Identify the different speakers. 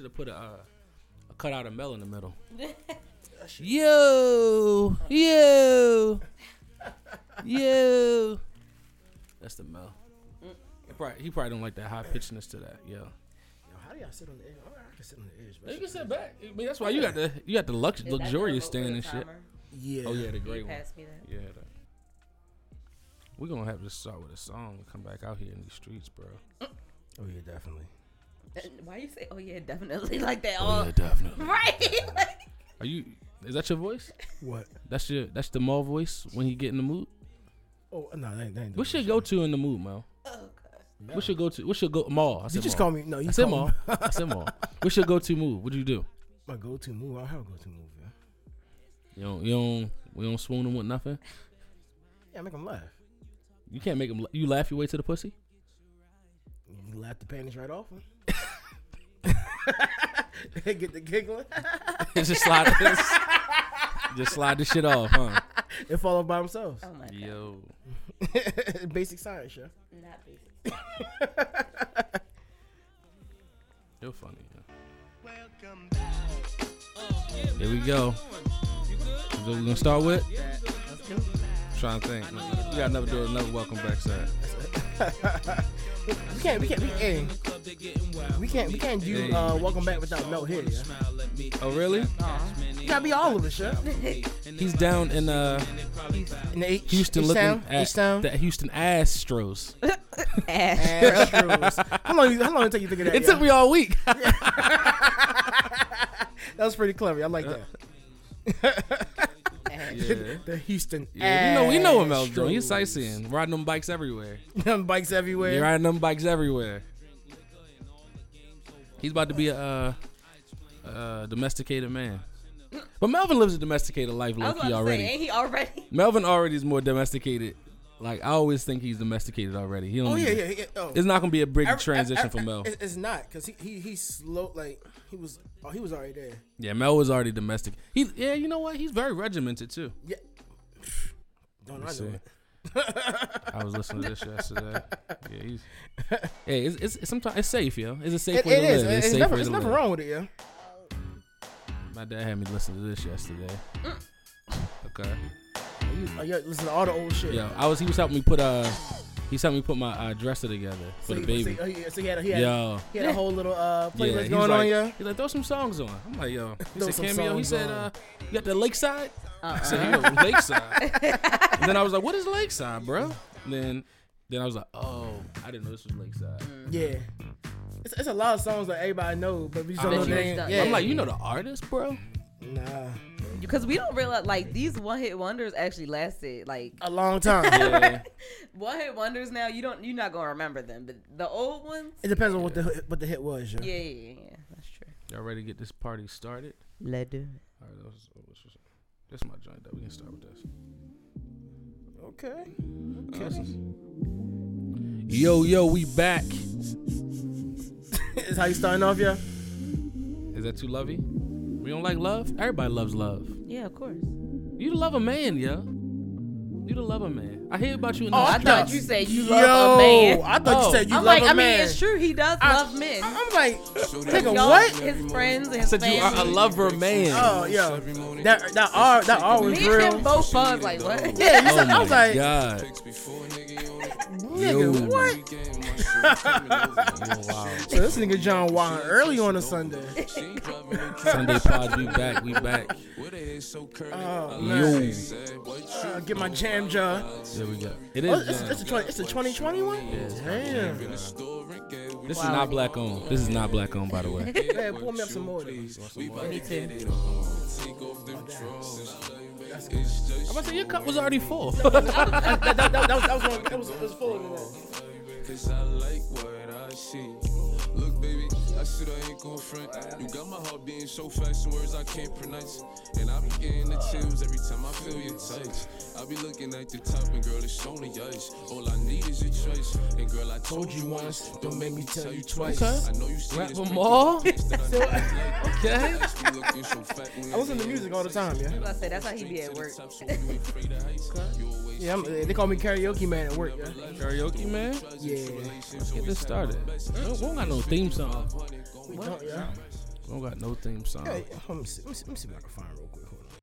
Speaker 1: Should have put a, uh, a cutout of Mel in the middle. yo, yo, yo. That's the Mel.
Speaker 2: Mm.
Speaker 1: He probably, he probably don't like that high pitchedness to that. Yo.
Speaker 3: Yo, how do y'all sit on the edge? I, I can sit on the edge. bro.
Speaker 1: You can sit back. I mean, that's why you got the you got the lux,
Speaker 2: Is that the
Speaker 1: luxurious stand
Speaker 2: remote
Speaker 1: and
Speaker 2: with a
Speaker 1: shit.
Speaker 2: timer?
Speaker 3: Yeah.
Speaker 1: Oh yeah, the
Speaker 2: Can
Speaker 1: great
Speaker 2: you
Speaker 1: one.
Speaker 2: pass me that?
Speaker 1: Yeah. That. We're gonna have to start with a song and come back out here in these streets, bro.
Speaker 3: Oh yeah, definitely.
Speaker 2: Uh, Why you say, oh yeah, definitely like
Speaker 1: Oh,
Speaker 2: that? all right?
Speaker 1: definitely. Are you? Is that your voice?
Speaker 3: What?
Speaker 1: That's your that's the mall voice when you get in the mood.
Speaker 3: Oh no, that ain't. That ain't
Speaker 1: What's your go to in the mood, Mel?
Speaker 2: oh god.
Speaker 1: What's your go to? What's your go mall? I
Speaker 3: You
Speaker 1: said
Speaker 3: just
Speaker 1: mall.
Speaker 3: call me. No, you
Speaker 1: I said
Speaker 3: call
Speaker 1: mall.
Speaker 3: me
Speaker 1: I said mall. What's your go to move? What do you do?
Speaker 3: my go-to move. I don't have a go-to move. Yeah.
Speaker 1: You don't you don't we don't swoon them with nothing.
Speaker 3: Yeah, make them laugh.
Speaker 1: You can't make them. You laugh your way to the pussy.
Speaker 3: You laugh the panties right off them. they get the giggling.
Speaker 1: just slide this. Just slide the shit off, huh?
Speaker 3: They fall off by themselves.
Speaker 2: Oh my god.
Speaker 1: Yo,
Speaker 3: Basic science, yeah.
Speaker 2: Not basic.
Speaker 1: you're funny. Yeah. Here we go. Is that what we gonna start with? trying to think. We gotta never do another welcome back side.
Speaker 3: We can't. We can't. We, hey, we can't. We can't do uh, welcome back without Mel here. Yeah.
Speaker 1: Oh really?
Speaker 3: You gotta be all over the show.
Speaker 1: He's down in uh
Speaker 3: And they-
Speaker 1: Houston
Speaker 3: it's
Speaker 1: looking
Speaker 3: down,
Speaker 1: at
Speaker 3: it's down.
Speaker 1: the Houston Astros.
Speaker 2: Ass.
Speaker 3: Astros. how long? you- How long did it take you to think of that?
Speaker 1: It took
Speaker 3: yeah?
Speaker 1: me all week.
Speaker 3: That was pretty clever. I like
Speaker 1: Uh,
Speaker 3: that.
Speaker 2: Ass.
Speaker 3: the Houston.
Speaker 1: Yeah, we know we know what Mel's doing. He's
Speaker 3: Astros.
Speaker 1: sightseeing, riding them bikes everywhere.
Speaker 3: Them bikes everywhere.
Speaker 1: He's riding them bikes everywhere. He's about to be a uh, uh, domesticated man. But Melvin lives a domesticated life,
Speaker 2: I was
Speaker 1: low
Speaker 2: about
Speaker 1: key
Speaker 2: to
Speaker 1: already.
Speaker 2: say, ain't he already?
Speaker 1: Melvin already is more domesticated. Like I always think he's domesticated already. He don't.
Speaker 3: Oh yeah,
Speaker 1: need-
Speaker 3: yeah. yeah. Oh.
Speaker 1: It's not gonna be a big
Speaker 3: Every- e-
Speaker 1: transition
Speaker 3: every-
Speaker 1: for Mel.
Speaker 3: It's, it's not because he, he he slow like he was oh he was already there.
Speaker 1: yeah, Mel was already domestic. He yeah, you know what? He's very regimented too.
Speaker 3: Yeah. Don't I
Speaker 1: Let's
Speaker 3: know
Speaker 1: see.
Speaker 3: it.
Speaker 1: I was listening to this yesterday. Yeah, he's. Hey, it's, it's, it's sometimes it's safe, yo. It's a safe
Speaker 3: It,
Speaker 1: way
Speaker 3: it
Speaker 1: to
Speaker 3: is.
Speaker 1: live.
Speaker 3: It's,
Speaker 1: safe
Speaker 3: never,
Speaker 1: way
Speaker 3: it's
Speaker 1: to
Speaker 3: nothing
Speaker 1: live.
Speaker 3: wrong with it, yeah.
Speaker 1: My dad had me listen to this yesterday. Okay.
Speaker 3: Oh, yeah. Listen to all the old shit.
Speaker 1: Yo, I was he was helping me put uh he's helping me put my uh, dresser together for
Speaker 3: So
Speaker 1: the
Speaker 3: he-
Speaker 1: baby.
Speaker 3: So, he- so oh, he had a, he had,
Speaker 1: Yo.
Speaker 3: he had a whole little uh playlist
Speaker 1: Yeah, he's
Speaker 3: going
Speaker 1: like,
Speaker 3: on, yeah.
Speaker 1: He's like, throw some songs on. I'm like, yo. He
Speaker 3: Throw
Speaker 1: said,
Speaker 3: some
Speaker 1: cameo. He
Speaker 3: songs
Speaker 1: said,
Speaker 3: on. Uh-huh.
Speaker 1: uh, you got the lakeside? I
Speaker 2: Uh-uh.
Speaker 1: said, yo, lakeside. and then I was like, what is lakeside, bro? And then then I was like, oh, I didn't know this was lakeside.
Speaker 3: Yeah. It's, it's a lot of songs that everybody knows, but we just
Speaker 1: I
Speaker 3: don't know
Speaker 1: don't
Speaker 3: the
Speaker 1: know.
Speaker 3: name.
Speaker 2: I'm
Speaker 3: Yeah.
Speaker 1: I'm like, you know the artist, bro?
Speaker 3: nah.
Speaker 2: Because we don't realize like these one hit wonders actually lasted like
Speaker 3: A long time.
Speaker 1: Oh. Yeah.
Speaker 2: one hit wonders. Now you don't you're not gonna remember them, but the old ones.
Speaker 3: It depends on what the what the hit was, yeah.
Speaker 2: Yeah, yeah, yeah, yeah. that's true.
Speaker 1: Y'all ready to get this party started?
Speaker 2: Let do
Speaker 1: All right, that was, that was- that's my joint though. We can start with this.
Speaker 3: Okay.
Speaker 1: Yo, yo, we back.
Speaker 3: Is how you starting off, yeah?
Speaker 1: Is that too lovey? We don't like love? Everybody loves love.
Speaker 2: Yeah, of course.
Speaker 1: You love a man, yo. You the love a man. I hear about you in the
Speaker 3: Oh,
Speaker 2: I
Speaker 1: streets.
Speaker 2: thought you said you love a
Speaker 3: Yo,
Speaker 2: man.
Speaker 3: I thought
Speaker 1: Oh.
Speaker 3: you said you
Speaker 2: I'm
Speaker 3: love
Speaker 2: like,
Speaker 3: a
Speaker 2: I mean,
Speaker 3: man.
Speaker 2: it's true. He does love men.
Speaker 3: I- I'm like, nigga,
Speaker 2: Y'all-
Speaker 3: what?
Speaker 2: His friends and his
Speaker 1: said you
Speaker 2: family.
Speaker 1: are a lover man.
Speaker 3: Oh, yo, that that R that R was
Speaker 2: Me and
Speaker 3: real.
Speaker 2: him both buzz like what?
Speaker 3: Yeah, you
Speaker 1: Oh
Speaker 3: said, I
Speaker 1: my
Speaker 3: was like,
Speaker 1: God.
Speaker 3: nigga,
Speaker 1: Yo.
Speaker 3: what?
Speaker 1: Oh, wow.
Speaker 3: So this nigga John Wine early on a Sunday.
Speaker 1: Sunday pods, we back, we back.
Speaker 3: Oh
Speaker 1: Yo.
Speaker 3: man, Uh, get my jam jar.
Speaker 1: There we go. It
Speaker 3: Oh,
Speaker 1: is.
Speaker 3: it's,
Speaker 1: John.
Speaker 3: it's, a 20, it's a 2020 one. Damn.
Speaker 1: uh, This is not black owned. This is not black owned, by the way.
Speaker 3: Man, pull me up some more. of these.
Speaker 2: Me too.
Speaker 1: I'm about to say your cup was already full.
Speaker 3: That, that, that, that was that was one. That was, it was full of them.
Speaker 4: Cause I like what I see. Look, baby, I said I ain't gon' front. You got my heart beating so fast, some words I can't pronounce. And I be getting the chills every time I feel your touch. I be looking at the top, and girl, it's only ice. All I need is your choice. And girl, I told you once, don't make me tell you twice.
Speaker 1: Okay.
Speaker 4: I know you see
Speaker 1: Rap
Speaker 4: this
Speaker 1: them
Speaker 4: pretty
Speaker 1: all?
Speaker 4: face that I don't like.
Speaker 1: Okay.
Speaker 4: You looking so fat when
Speaker 3: I listen to music all the time, yeah.
Speaker 2: I said that's how he be at work.
Speaker 4: top, so you ain't afraid of heights. You always
Speaker 3: Yeah, I'm, they call me karaoke man at work. Yeah,
Speaker 1: Karaoke, man.
Speaker 3: yeah.
Speaker 1: Let's get this started. We don't got no theme song.
Speaker 3: We don't, yeah.
Speaker 1: Don't got no theme song.
Speaker 3: Hey, let, me see, let, me see, let me see what I can find real quick. Hold on.